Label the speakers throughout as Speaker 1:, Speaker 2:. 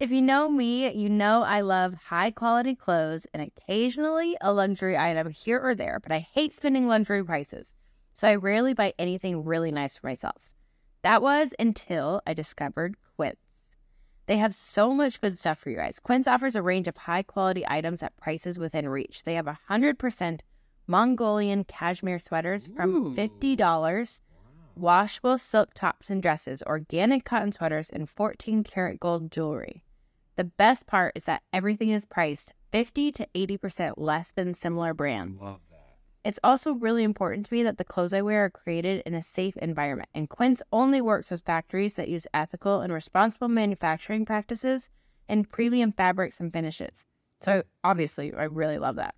Speaker 1: If you know me, you know I love high quality clothes and occasionally a luxury item here or there, but I hate spending luxury prices. So I rarely buy anything really nice for myself. That was until I discovered Quince. They have so much good stuff for you guys. Quince offers a range of high quality items at prices within reach. They have 100% Mongolian cashmere sweaters
Speaker 2: Ooh.
Speaker 1: from $50 washable silk tops and dresses, organic cotton sweaters, and 14 karat gold jewelry. The best part is that everything is priced 50 to 80% less than similar brands.
Speaker 2: Love that.
Speaker 1: It's also really important to me that the clothes I wear are created in a safe environment, and Quince only works with factories that use ethical and responsible manufacturing practices and premium fabrics and finishes. So, obviously, I really love that.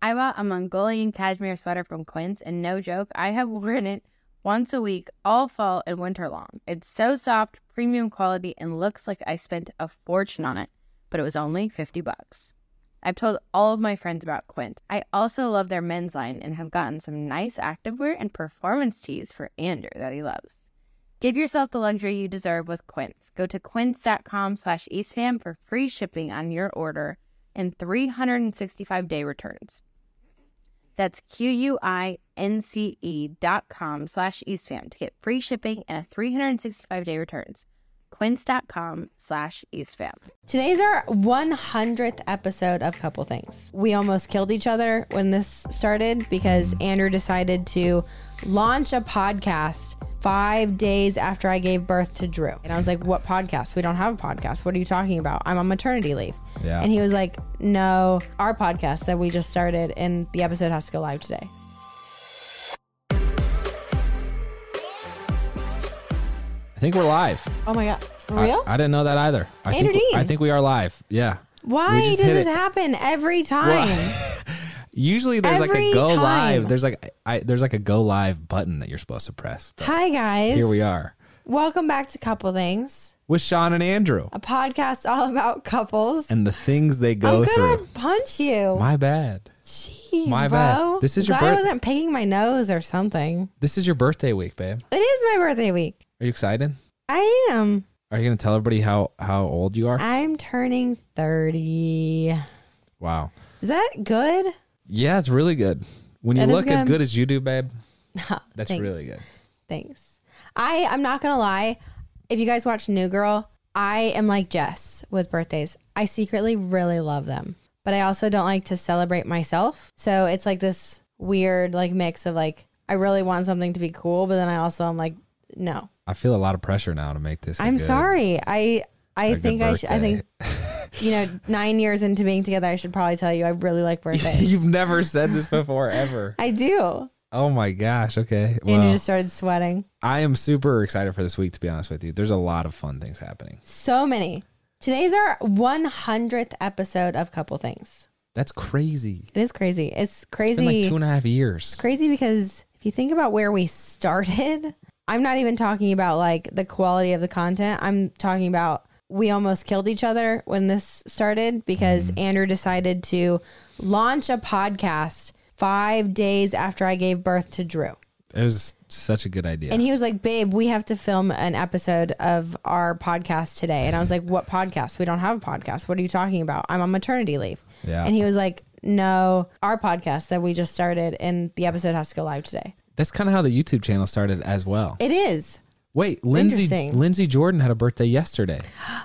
Speaker 1: I bought a Mongolian cashmere sweater from Quince, and no joke, I have worn it once a week all fall and winter long. It's so soft, premium quality, and looks like I spent a fortune on it, but it was only 50 bucks. I've told all of my friends about Quince. I also love their men's line and have gotten some nice activewear and performance tees for Andrew that he loves. Give yourself the luxury you deserve with Quince. Go to quince.com slash eastham for free shipping on your order and 365 day returns. That's Q-U-I-N-C-E E dot com slash eastfam to get free shipping and a 365 day returns. Quince.com slash eastfam.
Speaker 3: Today's our 100th episode of Couple Things. We almost killed each other when this started because Andrew decided to launch a podcast five days after I gave birth to Drew. And I was like, What podcast? We don't have a podcast. What are you talking about? I'm on maternity leave.
Speaker 2: Yeah.
Speaker 3: And he was like, No, our podcast that we just started and the episode has to go live today.
Speaker 2: I think we're live.
Speaker 3: Oh my God. For
Speaker 2: I-
Speaker 3: real?
Speaker 2: I, didn't know that either. I
Speaker 3: Andrew
Speaker 2: think,
Speaker 3: Dean.
Speaker 2: I think we are live. Yeah.
Speaker 3: Why
Speaker 2: We just
Speaker 3: does
Speaker 2: hit
Speaker 3: this
Speaker 2: it.
Speaker 3: happen every time?
Speaker 2: Usually there's like
Speaker 3: Every
Speaker 2: a go
Speaker 3: time.
Speaker 2: live. There's like I there's like a go live button that you're supposed to press. But
Speaker 3: Hi, guys.
Speaker 2: here we are
Speaker 3: Welcome back to Couple Things.
Speaker 2: with Sean and Andrew
Speaker 3: a podcast all about couples.
Speaker 2: and the things they
Speaker 3: I'm
Speaker 2: go
Speaker 3: gonna
Speaker 2: through.
Speaker 3: punch you.
Speaker 2: My bad.
Speaker 3: Jeez,
Speaker 2: my bad.
Speaker 3: bro.
Speaker 2: This is your
Speaker 3: Glad I
Speaker 2: birth-
Speaker 3: wasn't picking my nose or something.
Speaker 2: This is your birthday week, babe.
Speaker 3: It is my birthday week.
Speaker 2: Are you excited?
Speaker 3: I am.
Speaker 2: Are you gonna tell everybody how how old you are?
Speaker 3: I'm turning 30.
Speaker 2: wow.
Speaker 3: Is that good?
Speaker 2: Yeah, it's really good. When you
Speaker 3: That is
Speaker 2: look as
Speaker 3: good.
Speaker 2: good as you do, babe, that's
Speaker 3: Thanks.
Speaker 2: really good.
Speaker 3: Thanks. I I'm not gonna lie. If you guys watch New Girl, I am like Jess with birthdays. I secretly really love them, but I also don't like to celebrate myself. So it's like this weird like mix of like I really want something to be cool, but then I also am like no.
Speaker 2: I feel a lot of pressure now to make this. a
Speaker 3: I'm
Speaker 2: good-
Speaker 3: sorry. I I
Speaker 2: a good
Speaker 3: think I should. I
Speaker 2: birthday.
Speaker 3: think you know, nine years into being together, I should probably tell you I really like birthdays.
Speaker 2: You've never said this before ever.
Speaker 3: I do.
Speaker 2: Oh my gosh. Okay.
Speaker 3: And you
Speaker 2: Well,
Speaker 3: just started sweating.
Speaker 2: I am super excited for this week to be honest with you. There's a lot of fun things happening.
Speaker 3: So many. Today's our 100th episode of Couple Things.
Speaker 2: That's crazy.
Speaker 3: It is crazy. It's
Speaker 2: It's been
Speaker 3: crazy.
Speaker 2: like two and a half years.
Speaker 3: crazy because if you think about where we started, I'm not even talking about like the quality of the content. I'm talking about we almost killed each other when this started because Andrew decided to launch a podcast five days after I gave birth to Drew.
Speaker 2: It was such a good idea.
Speaker 3: And he was like, Babe, we have to film an episode of our podcast today. And I was like, What podcast? We don't have a podcast. What are you talking about? I'm on maternity leave.
Speaker 2: Yeah.
Speaker 3: And he was like, No, our podcast that we just started and the episode has to go live today.
Speaker 2: That's kind of how the YouTube channel started as well.
Speaker 3: It is.
Speaker 2: Wait, Lindsay
Speaker 3: Interesting.
Speaker 2: Lindsay Jordan had a birthday yesterday.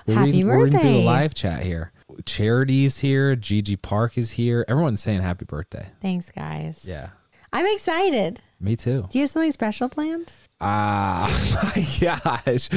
Speaker 2: We're
Speaker 3: Happy
Speaker 2: reading- We're gonna do the
Speaker 3: birthday.
Speaker 2: live chat here. Charity's here. Gigi Park is here. Everyone's saying happy birthday.
Speaker 3: Thanks, guys.
Speaker 2: Yeah.
Speaker 3: I'm excited.
Speaker 2: Me too.
Speaker 3: Do you have something special planned?
Speaker 2: Ah, my gosh.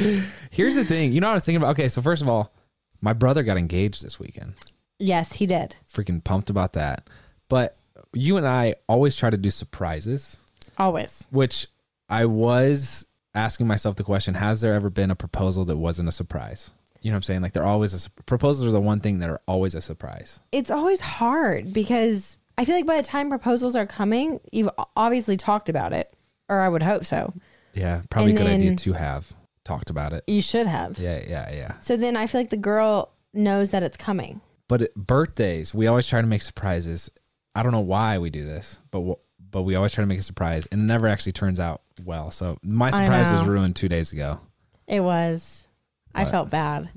Speaker 2: Here's the thing. You know what I was thinking about? Okay, so first of all, my brother got engaged this weekend.
Speaker 3: Yes, he did.
Speaker 2: Freaking pumped about that. But you and I always try to do surprises,
Speaker 3: Always.
Speaker 2: which I was asking myself the question Has there ever been a proposal that wasn't a surprise? You know what I'm saying? Like, they're always a su- proposals are the one thing that are always a surprise.
Speaker 3: It's always hard because I feel like by the time proposals are coming, you've obviously talked about it, or I would hope so.
Speaker 2: Yeah, probably
Speaker 3: And
Speaker 2: a good idea
Speaker 3: then-
Speaker 2: to have talked about it.
Speaker 3: You should have.
Speaker 2: Yeah, yeah, yeah.
Speaker 3: So then I feel like the girl knows that it's coming.
Speaker 2: But it- birthdays, we always try to make surprises. I don't know why we do this, but w- but we always try to make a surprise, and it never actually turns out well. So my surprise was
Speaker 3: know.
Speaker 2: ruined two days ago.
Speaker 3: It was. I felt bad.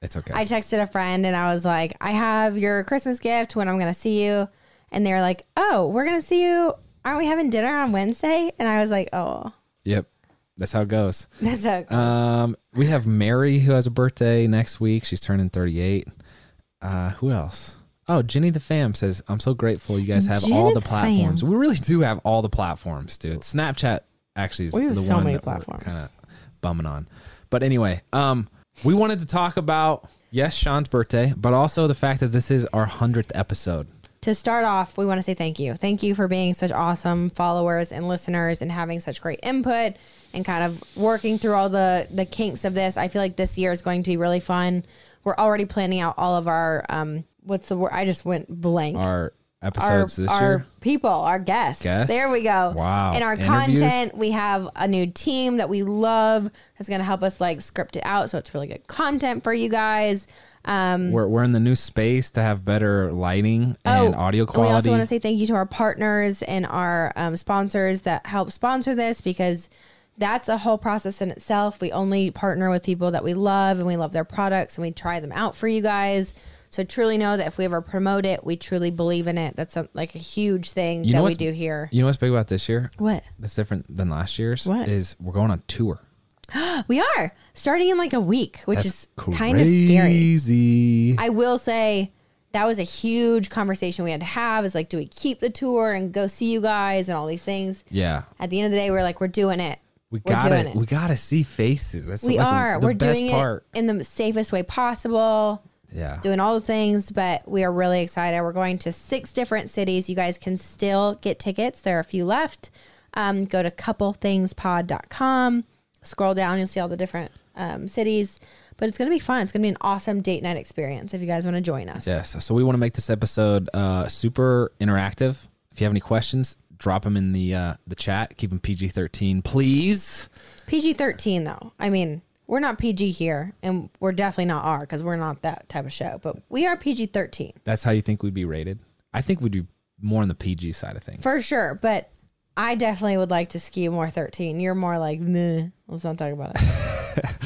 Speaker 2: It's okay.
Speaker 3: I texted a friend and I was like, I have your Christmas gift when I'm going to see you. And they were like, Oh, we're going to see you. Aren't we having dinner on Wednesday? And I was like, Oh,
Speaker 2: yep. That's how it goes.
Speaker 3: that's okay.
Speaker 2: Um, we have Mary who has a birthday next week. She's turning 38. Uh, who else? Oh, Jenny the Fam says, I'm so grateful you guys have
Speaker 3: Jenny
Speaker 2: all the
Speaker 3: the
Speaker 2: platforms. We really do have all the platforms, dude. Snapchat actually is
Speaker 3: We have
Speaker 2: the
Speaker 3: so
Speaker 2: one
Speaker 3: many
Speaker 2: that we're
Speaker 3: platforms.
Speaker 2: kinda bumming on. But anyway, um, we wanted to talk about, yes, Sean's birthday, but also the fact that this is our 100th episode.
Speaker 3: to start off, we want to say thank you. Thank you for being such awesome followers and listeners and having such great input and kind of working through all the the kinks of this. I feel like this year is going to be really fun. We're already planning out all of our um what's the word? I just went blank.
Speaker 2: Our episodes this
Speaker 3: our
Speaker 2: year.
Speaker 3: people, our guests.
Speaker 2: Guests?
Speaker 3: There we go.
Speaker 2: Wow.
Speaker 3: And our
Speaker 2: Interviews?
Speaker 3: content, we have a new team that we love that's going to help us like script it out so it's really good content for you guys. Um
Speaker 2: We're, we're in the new space to have better lighting and
Speaker 3: Oh,
Speaker 2: audio
Speaker 3: And
Speaker 2: quality.
Speaker 3: we also want to say thank you to our partners and our um, sponsors that help sponsor this because that's a whole process in itself. We only partner with people that we love and we love their products and we try them out for you guys. So truly know that if we ever promote it, we truly believe in it. That's a, like a huge thing
Speaker 2: You know
Speaker 3: that we
Speaker 2: what's-
Speaker 3: do here.
Speaker 2: You know what's big about this year?
Speaker 3: What?
Speaker 2: That's different than last year's.
Speaker 3: What?
Speaker 2: is we're going on tour,
Speaker 3: We are starting in like a week, which is
Speaker 2: That's
Speaker 3: kind of scary.
Speaker 2: crazy.
Speaker 3: I will say that was a huge conversation we had to have is like, do we keep the tour and go see you guys and all these things?
Speaker 2: Yeah,
Speaker 3: At the end of the day, we're like, we're doing it.
Speaker 2: we
Speaker 3: We're
Speaker 2: got
Speaker 3: doing
Speaker 2: to
Speaker 3: it.
Speaker 2: We got to see faces. That's
Speaker 3: We
Speaker 2: like
Speaker 3: are.
Speaker 2: The
Speaker 3: We're
Speaker 2: best
Speaker 3: doing
Speaker 2: part.
Speaker 3: it in the safest way possible,
Speaker 2: Yeah,
Speaker 3: doing all the things, but we are really excited. We're going to six different cities. You guys can still get tickets. There are a few left. Um, go to couplethinglespod.com, scroll down, you'll see all the different um, cities. But it's going to be fun. It's going to be an awesome date night experience if you guys want to join us.
Speaker 2: yes. So we want to make this episode uh, super interactive. If you have any questions, drop them in the uh, the chat. Keep them PG thirteen, please.
Speaker 3: PG 13, though. I mean, we're not PG here, and we're definitely not R because we're not that type of show, but we are PG 13.
Speaker 2: That's how you think we'd be rated. I think we'd be more on the PG side of things.
Speaker 3: For sure, but I definitely would like to skew more 13. You're more like, nah, let's not talk about it.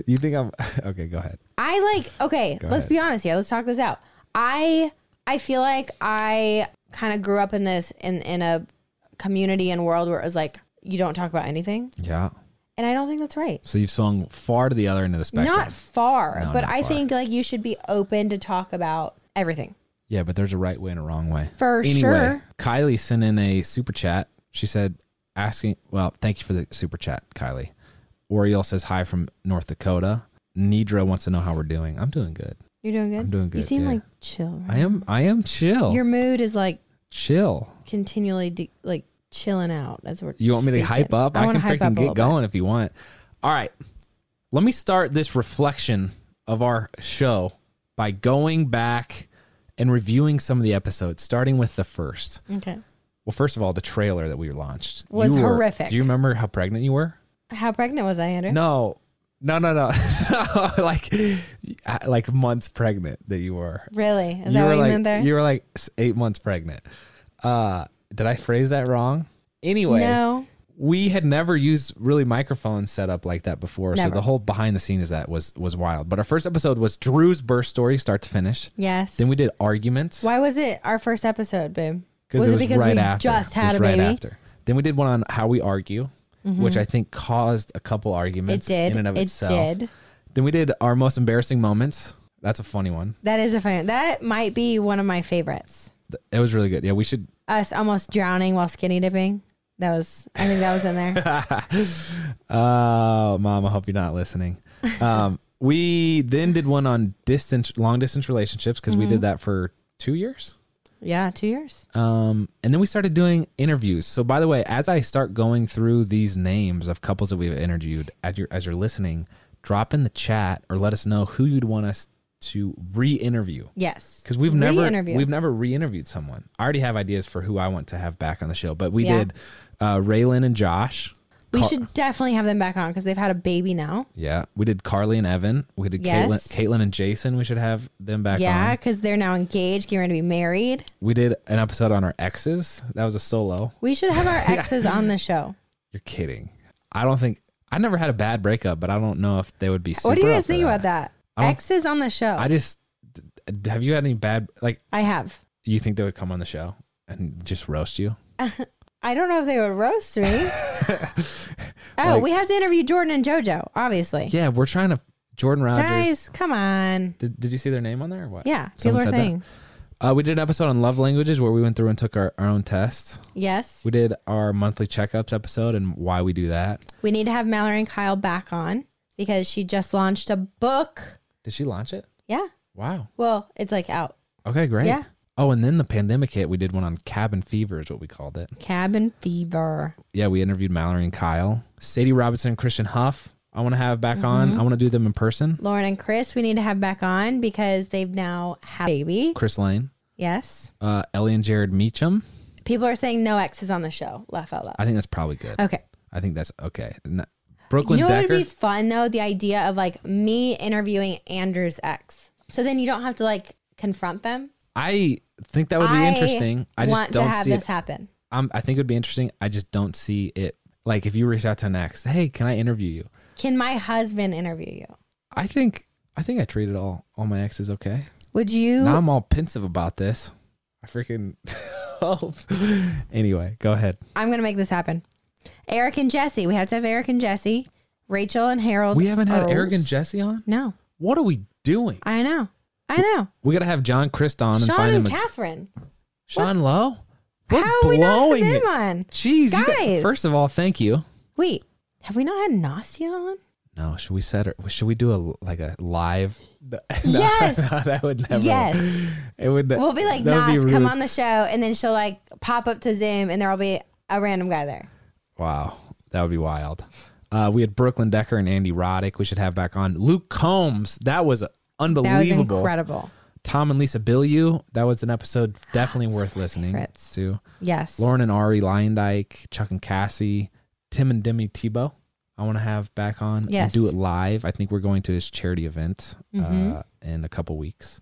Speaker 2: you think I'm okay? Go ahead.
Speaker 3: I like, okay, let's
Speaker 2: ahead.
Speaker 3: be honest here. Let's talk this out. I I feel like I kind of grew up in this in in a community and world where it was like you don't talk about anything,
Speaker 2: Yeah.
Speaker 3: and I don't think that's right.
Speaker 2: So you've swung far to the other end of the spectrum.
Speaker 3: Not far,
Speaker 2: No,
Speaker 3: but
Speaker 2: not
Speaker 3: I
Speaker 2: far.
Speaker 3: think like you should be open to talk about everything.
Speaker 2: Yeah, but there's a right way and a wrong way.
Speaker 3: For sure.
Speaker 2: Kylie sent in a super chat. She said, asking, well, thank you for the super chat, Kylie. Oriole says hi from North Dakota. Nidra wants to know how we're doing. I'm doing good.
Speaker 3: You're doing good.
Speaker 2: I'm doing
Speaker 3: You
Speaker 2: good,
Speaker 3: seem
Speaker 2: yeah.
Speaker 3: like chill. Right?
Speaker 2: I am I am chill.
Speaker 3: Your mood is like
Speaker 2: chill.
Speaker 3: continually de- like chilling out as we're.
Speaker 2: You want me to
Speaker 3: speaking.
Speaker 2: hype up?
Speaker 3: I,
Speaker 2: I,
Speaker 3: want
Speaker 2: can
Speaker 3: to hype up
Speaker 2: freaking
Speaker 3: a little
Speaker 2: get going if you want. All right. Let me start this reflection of our show by going back and reviewing some of the episodes, starting with the first.
Speaker 3: Bit. Okay.
Speaker 2: Well, first of all, the trailer that we launched
Speaker 3: Was
Speaker 2: you were-
Speaker 3: horrific.
Speaker 2: do you remember how pregnant you were?
Speaker 3: How pregnant was I, Andrew?
Speaker 2: No, no, no, no. like, I- like months pregnant that you were.
Speaker 3: Really? Is
Speaker 2: you
Speaker 3: that
Speaker 2: were
Speaker 3: what
Speaker 2: like,
Speaker 3: you meant there?
Speaker 2: You were like s- eight months pregnant. Uh, did I phrase that wrong? Anyway,
Speaker 3: no.
Speaker 2: we had never used really microphone setup like that before, so
Speaker 3: Never.
Speaker 2: the whole behind the scenes of that was was wild. But our first episode was Drew's birth story, start to finish.
Speaker 3: Yes.
Speaker 2: Then we did arguments.
Speaker 3: Why was it our first episode, babe?
Speaker 2: because it was
Speaker 3: because
Speaker 2: right
Speaker 3: we
Speaker 2: after.
Speaker 3: just
Speaker 2: It
Speaker 3: had
Speaker 2: was
Speaker 3: a
Speaker 2: right
Speaker 3: baby? Mm-hmm.
Speaker 2: after. Then we did one on how we argue, which I think caused a couple
Speaker 3: It
Speaker 2: arguments.
Speaker 3: did.
Speaker 2: In and of
Speaker 3: it
Speaker 2: itself.
Speaker 3: did.
Speaker 2: Then we did our most embarrassing moments. That's a funny one.
Speaker 3: That is a fun. That might be one of my favorites.
Speaker 2: Th- It was really good. Yeah, we should.
Speaker 3: Us almost drowning while skinny dipping. That was. I think that was in there.
Speaker 2: Oh, mom, I hope you're not listening. Um, we then did one on distance, long distance relationships because we did
Speaker 3: Mm-hmm.
Speaker 2: that for two years.
Speaker 3: yeah, two years.
Speaker 2: Um, and then we started doing interviews. So by the way, as I start going through these names of couples that we've interviewed, as you're as you're listening, drop in the chat or let us know who you'd want us to re-interview.
Speaker 3: Yes.
Speaker 2: Because we've never
Speaker 3: Re-interview.
Speaker 2: we've never re-interviewed someone. I already have ideas for who I want to have back on the show, but we
Speaker 3: Yeah.
Speaker 2: did uh, Raylan and Josh.
Speaker 3: we
Speaker 2: Car-
Speaker 3: should definitely have them back on because they've had a baby now.
Speaker 2: Yeah, we did Carly and Evan. We did
Speaker 3: Yes.
Speaker 2: Caitlin, Caitlin and Jason. We should have them back
Speaker 3: Yeah,
Speaker 2: on.
Speaker 3: because they're now engaged, getting ready to be married.
Speaker 2: We did an episode on our exes. That was a solo.
Speaker 3: We should have our exes on the show.
Speaker 2: You're kidding. I don't think I never had a bad breakup, but I don't know if they would be. Super
Speaker 3: What do you guys
Speaker 2: up for
Speaker 3: think
Speaker 2: that.
Speaker 3: about that?
Speaker 2: I don't-
Speaker 3: exes on the show.
Speaker 2: I
Speaker 3: I,
Speaker 2: just d- have you had any bad like
Speaker 3: have.
Speaker 2: you think they would come on the show and just roast you?
Speaker 3: I don't know if they would roast me. oh,
Speaker 2: Like-
Speaker 3: we have to interview Jordan and JoJo, obviously.
Speaker 2: Yeah, we're trying to Jordan Rogers.
Speaker 3: Guys, come on.
Speaker 2: Did, did you see their name on there or what?
Speaker 3: Yeah, people
Speaker 2: Someone
Speaker 3: are
Speaker 2: said that?
Speaker 3: saying
Speaker 2: Uh, we did an episode on love languages where we went through and took our, our own tests.
Speaker 3: yes.
Speaker 2: We did our monthly checkups episode and why we do that.
Speaker 3: We need to have Mallory and Kyle back on because she just launched a book.
Speaker 2: Did she launch it?
Speaker 3: Yeah.
Speaker 2: Wow.
Speaker 3: Well, it's like out.
Speaker 2: Okay, great.
Speaker 3: Yeah.
Speaker 2: Oh, and then the pandemic hit. We did one on cabin fever, is what we called it.
Speaker 3: Cabin fever.
Speaker 2: Yeah, we interviewed Mallory and Kyle, Sadie Robinson, and Christian Huff. I want to have back
Speaker 3: Mm-hmm.
Speaker 2: on. I want to do them in person.
Speaker 3: Lauren and Chris, we need to have back on because they've now had a baby.
Speaker 2: Chris Lane,
Speaker 3: Yes.
Speaker 2: uh, Ellie and Jared Meacham.
Speaker 3: People are saying no exes on the show. Laugh out loud.
Speaker 2: I think that's probably good.
Speaker 3: Okay.
Speaker 2: I think that's okay. N-
Speaker 3: Uh,
Speaker 2: Brooklyn
Speaker 3: you know what
Speaker 2: Decker.
Speaker 3: would be fun though? The idea of like me interviewing Andrew's ex. So then you don't have to like confront them.
Speaker 2: I think that would be
Speaker 3: I
Speaker 2: interesting. I just
Speaker 3: want to
Speaker 2: don't
Speaker 3: have
Speaker 2: see
Speaker 3: this
Speaker 2: it.
Speaker 3: happen.
Speaker 2: Um, I think it would be interesting. I just don't see it. Like if you reach out to an ex, hey, can I interview you?
Speaker 3: Can my husband interview you?
Speaker 2: I think I think I treated all all my exes okay.
Speaker 3: Would you?
Speaker 2: Now I'm all pensive about this. I freaking hope. anyway, go ahead.
Speaker 3: I'm gonna make this happen. Eric and Jesse. We have to have Eric and Jesse. Rachel and Harold.
Speaker 2: We haven't had
Speaker 3: Earls.
Speaker 2: Eric and Jesse on.
Speaker 3: No,
Speaker 2: What are we doing?
Speaker 3: I know. I know.
Speaker 2: We gotta have John Christ on and
Speaker 3: Sean
Speaker 2: find him.
Speaker 3: and
Speaker 2: a-
Speaker 3: Catherine.
Speaker 2: Sean Lowe. We're
Speaker 3: How are we not
Speaker 2: blowing
Speaker 3: them
Speaker 2: it.
Speaker 3: on?
Speaker 2: Jeez, you got-
Speaker 3: Guys.
Speaker 2: first of all, thank you.
Speaker 3: Wait, have we not had Nastia on?
Speaker 2: No, should we set her? Should we do a like a live? No,
Speaker 3: Yes.
Speaker 2: no, that would never.
Speaker 3: Yes.
Speaker 2: it would.
Speaker 3: We'll be like,
Speaker 2: that would be
Speaker 3: Nas, come
Speaker 2: rude.
Speaker 3: on the show, and then she'll like pop up to Zoom, and there'll be a random guy there.
Speaker 2: Wow, that would be wild. Uh, we had Brooklyn Decker and Andy Roddick. We should have back on Luke Combs. That was
Speaker 3: That was
Speaker 2: unbelievable.
Speaker 3: incredible.
Speaker 2: Tom and Lisa Bilyeu. That was an episode definitely worth listening
Speaker 3: favorites.
Speaker 2: to.
Speaker 3: Yes.
Speaker 2: Lauren and Ari Lyondike, Chuck and Cassie, Tim and Demi Tebow. I want to have back on and
Speaker 3: Yes.
Speaker 2: do it live. I think we're going to his charity event uh,
Speaker 3: Mm-hmm.
Speaker 2: in a couple weeks.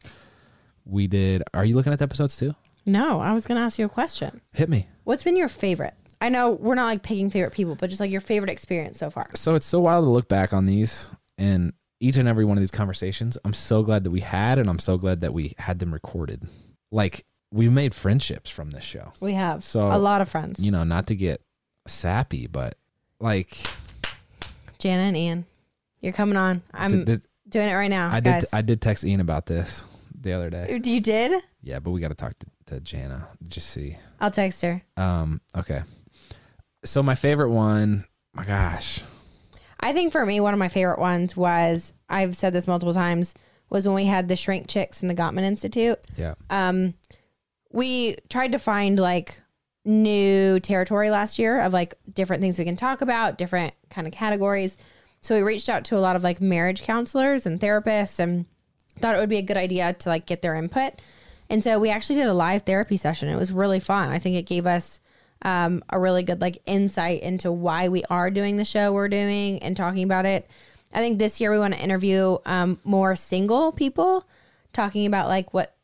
Speaker 2: We did. Are you looking at the episodes too?
Speaker 3: No, I was gonna ask you a question.
Speaker 2: Hit me.
Speaker 3: What's been your favorite? I know we're not like picking favorite people, but just like your favorite experience so far.
Speaker 2: so it's so wild to look back on these and each and every one of these conversations i'm so glad that we had and i'm so glad that we had them recorded like we made friendships from this show
Speaker 3: We have
Speaker 2: So,
Speaker 3: a lot of friends.
Speaker 2: you know not to get sappy but like
Speaker 3: Jana and Ian, you're coming on. I'm
Speaker 2: th- th-
Speaker 3: doing it right now,
Speaker 2: i did
Speaker 3: guys.
Speaker 2: i did text ian about this the other day
Speaker 3: you did?
Speaker 2: yeah but we got to talk to, to jana just see
Speaker 3: I'll text her.
Speaker 2: um okay so my favorite one my gosh
Speaker 3: I think for me, one of my favorite ones was I've said this multiple times was when we had the shrink chicks in the Gottman Institute.
Speaker 2: yeah
Speaker 3: Um, we tried to find like new territory last year of like different things we can talk about, different kind of categories. So we reached out to a lot of like marriage counselors and therapists and thought it would be a good idea to like get their input. And so we actually did a live therapy session. It was really fun. I think it gave us um, a really good like insight into why we are doing the show we're doing and talking about it. I think this year we want to interview um, more single people talking about like what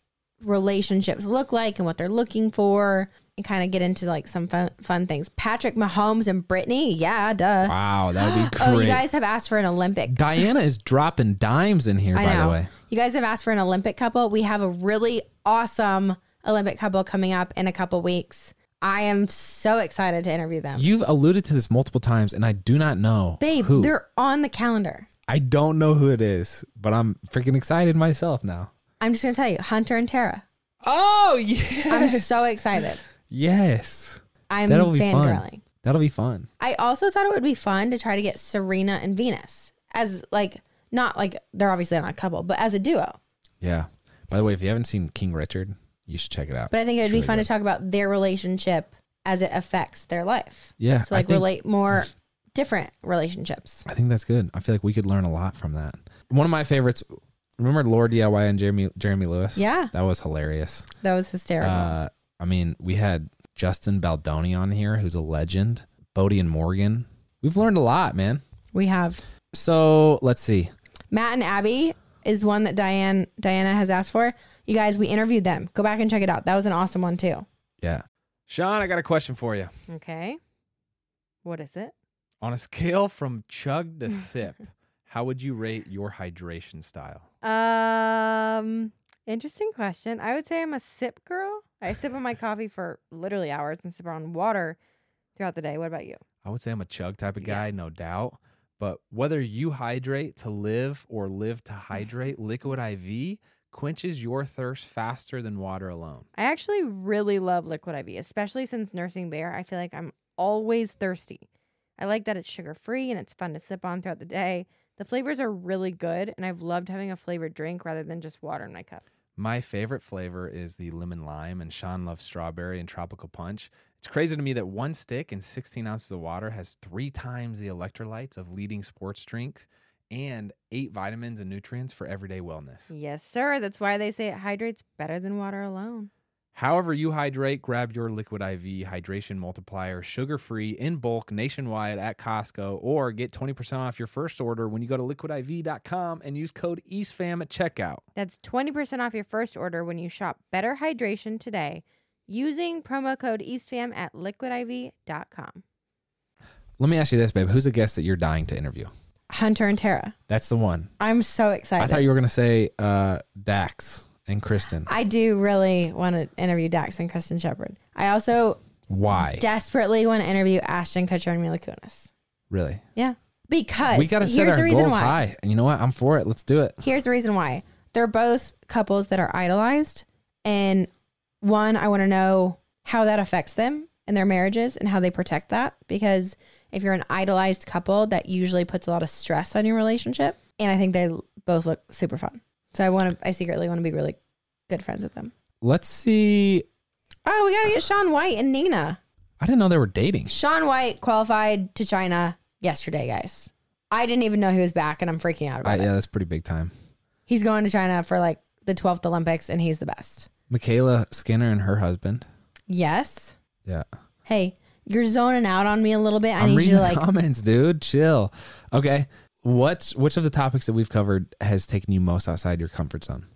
Speaker 3: relationships look like and what they're looking for and kind of get into like some fun, fun things. Patrick Mahomes and Brittany. Yeah, duh.
Speaker 2: wow that would be great
Speaker 3: Oh, you guys have asked for an Olympic
Speaker 2: diana is dropping dimes in here
Speaker 3: I
Speaker 2: by
Speaker 3: know.
Speaker 2: the way
Speaker 3: You guys have asked for an Olympic couple. We have a really awesome Olympic couple coming up in a couple weeks. I am so excited to interview them.
Speaker 2: You've alluded to this multiple times, and I do not know.
Speaker 3: Babe,
Speaker 2: who.
Speaker 3: they're on the calendar.
Speaker 2: I don't know who it is, but I'm freaking excited myself now.
Speaker 3: I'm just going to tell you Hunter and Tara.
Speaker 2: Oh, yes.
Speaker 3: I'm so excited.
Speaker 2: yes.
Speaker 3: I'm
Speaker 2: That'll be fun.
Speaker 3: fangirling.
Speaker 2: That'll be fun.
Speaker 3: I also thought it would be fun to try to get Serena and Venus as like, not like they're obviously not a couple, but as a duo.
Speaker 2: Yeah. By the way, if you haven't seen King Richard, you should check it out.
Speaker 3: But I think it would be
Speaker 2: really
Speaker 3: fun to talk about their relationship as it affects their life.
Speaker 2: yeah.
Speaker 3: So
Speaker 2: I
Speaker 3: like
Speaker 2: think,
Speaker 3: relate more different relationships.
Speaker 2: I think that's good. I feel like we could learn a lot from that. One of my favorites, remember Lord DIY and Jeremy, Jeremy Lewis?
Speaker 3: Yeah.
Speaker 2: That was hilarious.
Speaker 3: That was hysterical.
Speaker 2: Uh, I mean, we had Justin Baldoni on here, who's a legend. Bodie and Morgan. We've learned a lot, man.
Speaker 3: we have
Speaker 2: So let's see.
Speaker 3: Matt and Abby is one that Diane Diana has asked for. You guys, we interviewed them. Go back and check it out. That was an awesome one too.
Speaker 2: Yeah. Sean, I got a question for you.
Speaker 1: Okay. What is it?
Speaker 2: On a scale from chug to sip, how would you rate your hydration style?
Speaker 4: Um, interesting question. I would say I'm a sip girl. I sip on my coffee for literally hours and sip on water throughout the day. What about you?
Speaker 2: I would say I'm a chug type of
Speaker 4: Yeah.
Speaker 2: guy, no doubt. But whether you hydrate to live or live to hydrate, liquid IV quenches your thirst faster than water alone.
Speaker 4: I actually really love Liquid IV, especially since nursing Bear. I feel like I'm always thirsty. I like that it's sugar free and it's fun to sip on throughout the day. The flavors are really good, and I've loved having a flavored drink rather than just water in my cup.
Speaker 2: My favorite flavor is the lemon lime, and Sean loves strawberry and tropical punch. It's crazy to me that one stick and 16 ounces of water has three times the electrolytes of leading sports drinks and eight vitamins and nutrients for everyday wellness.
Speaker 4: Yes, sir. That's why they say it hydrates better than water alone.
Speaker 2: However, you hydrate, grab your Liquid IV hydration multiplier, sugar free, in bulk, nationwide at Costco, or get 20% off your first order when you go to liquidiv.com and use code E EastFam at checkout.
Speaker 4: That's 20% off your first order when you shop Better Hydration today using promo code E EastFam at liquidiv.com.
Speaker 2: Let me ask you this, babe. Who's a guest that you're dying to interview?
Speaker 3: Hunter and Tara.
Speaker 2: That's the one.
Speaker 3: I'm so
Speaker 2: I,
Speaker 3: excited. I,
Speaker 2: thought you were going to say uh, Dax and Kristen.
Speaker 3: do really want to interview Dax and Kristen Shepard. I also
Speaker 2: Why?
Speaker 3: desperately want to interview Ashton Kutcher and Mila Kunis.
Speaker 2: really?
Speaker 3: Yeah. Because
Speaker 2: We got to set
Speaker 3: here's the
Speaker 2: our
Speaker 3: reason
Speaker 2: goals
Speaker 3: why.
Speaker 2: high. And you know what? I'm for it. Let's do it.
Speaker 3: Here's the reason why. They're both couples that are idolized. And one, I want to know how that affects them and their marriages and how they protect that. Because if you're an idolized couple, that usually puts a lot of stress on your relationship. And I think they both look super fun. So I want to, I secretly want to be really good friends with them.
Speaker 2: Let's see.
Speaker 3: Oh, we got to get Sean White and Nina.
Speaker 2: I didn't know they were dating.
Speaker 3: Sean White qualified to China yesterday, guys. I didn't even know he was back and I'm freaking out
Speaker 2: I,
Speaker 3: about it.
Speaker 2: yeah, that's pretty big time.
Speaker 3: He's going to China for like the 12th Olympics and he's the best.
Speaker 2: Michaela Skinner and her husband.
Speaker 3: Yes.
Speaker 2: Yeah.
Speaker 3: Hey, you're zoning out on me a little bit. I
Speaker 2: am
Speaker 3: need
Speaker 2: reading
Speaker 3: you to like
Speaker 2: the comments, dude. Chill. Okay. What's which of the topics that we've covered has taken you most outside your comfort zone?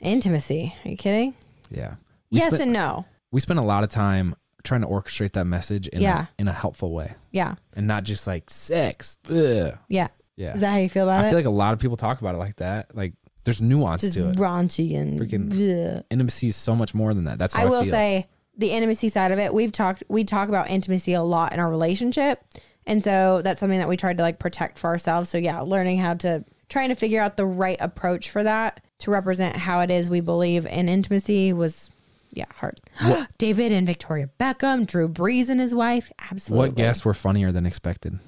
Speaker 3: intimacy. Are you kidding?
Speaker 2: Yeah. We
Speaker 3: yes
Speaker 2: spent,
Speaker 3: and no.
Speaker 2: we spent a lot of time trying to orchestrate that message in
Speaker 3: Yeah.
Speaker 2: a, in a helpful way
Speaker 3: Yeah.
Speaker 2: and not just like sex. Ugh.
Speaker 3: Yeah.
Speaker 2: Yeah.
Speaker 3: Is that how you feel about
Speaker 2: I
Speaker 3: it?
Speaker 2: feel like a lot of people talk about it like that. Like there's nuance
Speaker 3: Just
Speaker 2: to it.
Speaker 3: raunchy and
Speaker 2: Freaking-
Speaker 3: bleh.
Speaker 2: Intimacy is so much more than that. That's how
Speaker 3: I
Speaker 2: I,
Speaker 3: will
Speaker 2: feel.
Speaker 3: say the intimacy side of it. We've talked we talk about intimacy a lot in our relationship, and so that's something that we tried to like protect for ourselves. So yeah, learning how to trying to figure out the right approach for that to represent how it is we believe in intimacy was yeah hard. David and Victoria Beckham, Drew Brees and his wife, absolutely.
Speaker 2: what guests were funnier than expected?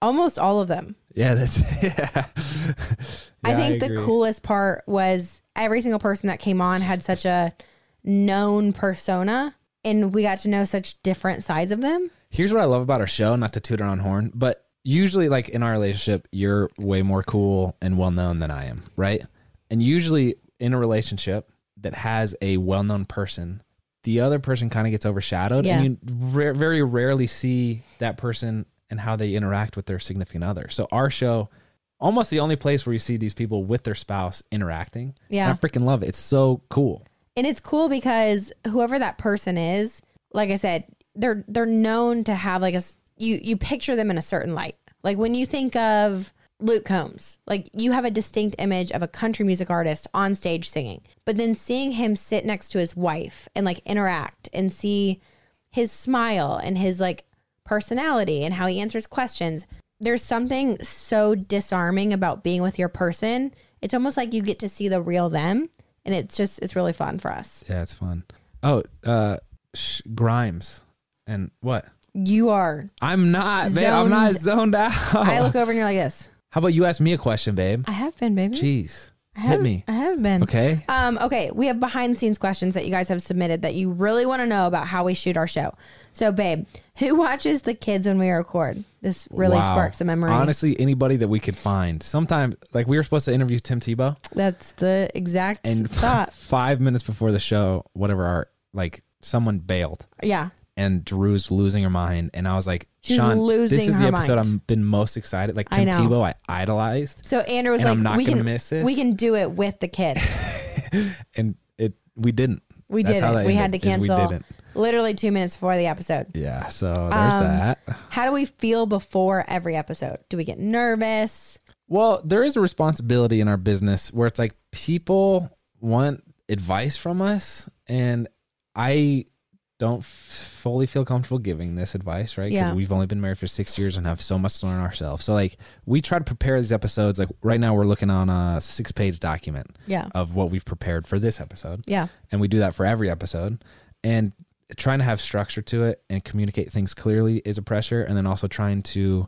Speaker 3: Almost all of them.
Speaker 2: Yeah, that's yeah.
Speaker 3: I think the
Speaker 2: agree.
Speaker 3: coolest part was every single person that came on had such a known persona and we got to know such different sides of them.
Speaker 2: Here's what I love about our show, not to toot our own horn, but usually like in our relationship, you're way more cool and well known than I am, right? And usually in a relationship that has a well known person, the other person kind of gets overshadowed
Speaker 3: Yeah.
Speaker 2: and you ra- very rarely see that person and how they interact with their significant other. So our show almost the only place where you see these people with their spouse interacting.
Speaker 3: Yeah.
Speaker 2: And I freaking love it. It's so cool.
Speaker 3: And it's cool because whoever that person is, like I said, they're they're known to have like a s- you you picture them in a certain light. Like when you think of Luke Combs, like you have a distinct image of a country music artist on stage singing. But then seeing him sit next to his wife and like interact and see his smile and his like personality and how he answers questions. There's something so disarming about being with your person. It's almost like you get to see the real them. And it's just, it's really fun for us.
Speaker 2: Yeah, it's fun. Oh, uh Sh- Grimes and what?
Speaker 3: You are.
Speaker 2: I'm not, babe. I'm not zoned out.
Speaker 3: I look over and you're like this.
Speaker 2: How about you ask me a question, babe?
Speaker 3: I have been, baby.
Speaker 2: Jeez,
Speaker 3: I
Speaker 2: hit
Speaker 3: haven't-
Speaker 2: me.
Speaker 3: I haven't been.
Speaker 2: Okay.
Speaker 3: Um, okay, we have behind the scenes questions that you guys have submitted that you really want to know about how we shoot our show. So, babe, who watches the kids when we record? This really
Speaker 2: Wow.
Speaker 3: sparks a memory.
Speaker 2: Honestly, anybody that we could find. Sometimes, like we were supposed to interview Tim Tebow,
Speaker 3: That's the exact
Speaker 2: and
Speaker 3: thought.
Speaker 2: five minutes before the show, whatever our like, someone bailed,
Speaker 3: Yeah.
Speaker 2: and Drew's losing her mind, and I was like,
Speaker 3: She's
Speaker 2: Sean,
Speaker 3: losing
Speaker 2: this is
Speaker 3: her
Speaker 2: the episode
Speaker 3: mind.
Speaker 2: I've been most excited. Like
Speaker 3: I
Speaker 2: Tim
Speaker 3: know.
Speaker 2: Tebow, I idolized,
Speaker 3: So Andrew was
Speaker 2: And
Speaker 3: like,
Speaker 2: I'm not
Speaker 3: "We
Speaker 2: gonna
Speaker 3: can
Speaker 2: miss this."
Speaker 3: we can do it with the kids."
Speaker 2: and it we didn't.
Speaker 3: We
Speaker 2: That's
Speaker 3: did
Speaker 2: how
Speaker 3: not
Speaker 2: that
Speaker 3: We had to
Speaker 2: ended, is we
Speaker 3: cancel
Speaker 2: didn't.
Speaker 3: literally two minutes before the episode.
Speaker 2: Yeah. So there's
Speaker 3: Um,
Speaker 2: that.
Speaker 3: How do we feel before every episode? Do we get nervous?
Speaker 2: Well, there is a responsibility in our business where it's like people want advice from us, and I don't f- fully feel comfortable giving this advice, right?
Speaker 3: Yeah.
Speaker 2: we've only been married for six years and have so much to learn ourselves. So, like, we try to prepare these episodes. Like, right now, we're looking on a six page document
Speaker 3: Yeah.
Speaker 2: of what we've prepared for this episode.
Speaker 3: Yeah.
Speaker 2: And we do that for every episode. And trying to have structure to it and communicate things clearly is a pressure. And then also trying to,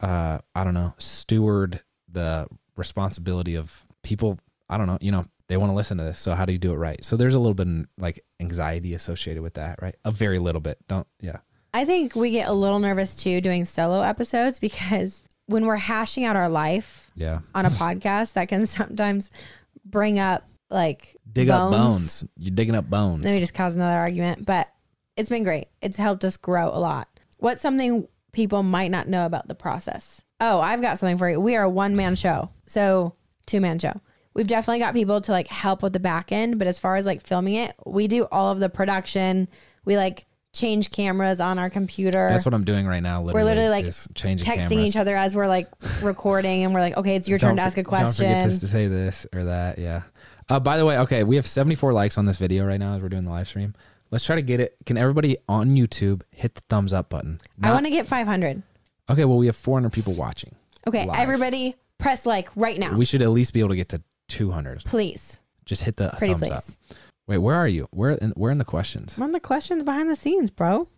Speaker 2: uh, I don't know, steward the responsibility of people. I don't know, you know, they want to listen to this. So how do you do it right? So there's a little bit of, like anxiety associated with that, right? A very little bit. Don't, yeah.
Speaker 3: I think we get a little nervous too doing solo episodes because when we're hashing out our life
Speaker 2: Yeah.
Speaker 3: on a podcast, that can sometimes bring up like
Speaker 2: Dig up bones. You're digging up bones.
Speaker 3: Let me just cause another argument, but it's been great. It's helped us grow a lot. What's something people might not know about the process? Oh, I've got something for you. We are a one man show, so two man show. We've definitely got people to like help with the back end, but as far as like filming it, we do all of the production. We like change cameras on our computer.
Speaker 2: That's what I'm doing right now. Literally,
Speaker 3: literally, like,
Speaker 2: is changing
Speaker 3: texting
Speaker 2: cameras.
Speaker 3: each other as we're like recording and we're like, okay, it's your turn
Speaker 2: Don't
Speaker 3: to ask
Speaker 2: for-
Speaker 3: a question.
Speaker 2: Don't forget to, to say this or that. Yeah. Uh, by the way, okay, we have 74 likes on this video right now as we're doing the live stream. Let's try to get it. Can everybody on YouTube hit the thumbs up button?
Speaker 3: I
Speaker 2: Not-
Speaker 3: want to get 500.
Speaker 2: okay, well, we have 400 people watching.
Speaker 3: Okay,
Speaker 2: Live.
Speaker 3: everybody press like right now.
Speaker 2: We should at least be able to get to 200.
Speaker 3: Please.
Speaker 2: Just hit the
Speaker 3: Pretty
Speaker 2: thumbs
Speaker 3: please.
Speaker 2: up. Wait, where are you? Where in, where in the questions?
Speaker 3: I'm on the questions behind the scenes, bro.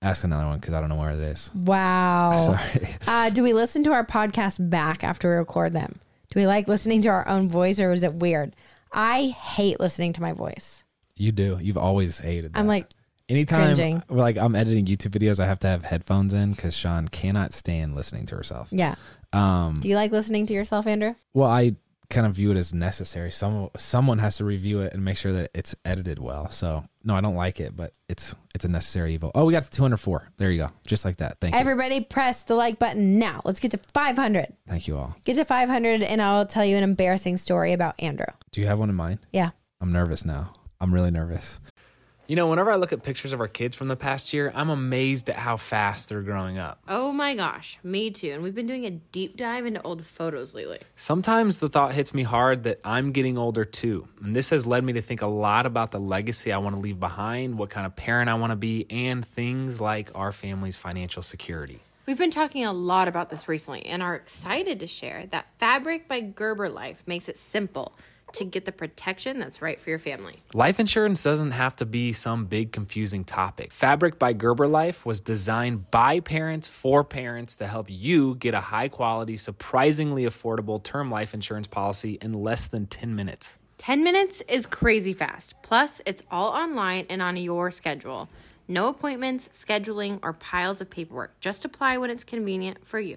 Speaker 2: Ask another one because I don't know where it is.
Speaker 3: Wow.
Speaker 2: Sorry.
Speaker 3: Uh, do we listen to our podcast back after we record them? Do we like listening to our own voice or is it weird? I hate listening to my voice.
Speaker 2: You do. You've always hated that.
Speaker 3: I'm like,
Speaker 2: Anytime,
Speaker 3: cringing.
Speaker 2: we're like I'm editing YouTube videos, I have to have headphones in because Sean cannot stand listening to herself.
Speaker 3: yeah.
Speaker 2: Um,
Speaker 3: Do you like listening to yourself, Andrew?
Speaker 2: Well, I kind of view it as necessary. Some someone has to review it and make sure that it's edited well. So no, I don't like it, but it's it's a necessary evil. Oh, we got to 204. There you go, just like that. Thank you,
Speaker 3: Everybody press the like button now. Let's get to 500.
Speaker 2: thank you all.
Speaker 3: Get to 500 and I'll tell you an embarrassing story about Andrew.
Speaker 2: Do you have one in mind?
Speaker 3: Yeah.
Speaker 2: I'm nervous now. I'm really nervous.
Speaker 5: You know, whenever I look at pictures of our kids from the past year, I'm amazed at how fast they're growing up.
Speaker 6: Oh my gosh, me too. And we've been doing a deep dive into old photos lately.
Speaker 5: Sometimes the thought hits me hard that I'm getting older too. And this has led me to think a lot about the legacy I want to leave behind, what kind of parent I want to be, and things like our family's financial security.
Speaker 6: We've been talking a lot about this recently and are excited to share that Fabric by Gerber Life makes it simple to get the protection that's right for your family.
Speaker 5: Life insurance doesn't have to be some big confusing topic. Fabric by Gerber Life was designed by parents for parents to help you get a high quality, surprisingly affordable term life insurance policy in less than 10 minutes.
Speaker 6: 10 minutes is crazy fast. Plus, it's all online and on your schedule. No appointments, scheduling, or piles of paperwork. Just apply when it's convenient for you.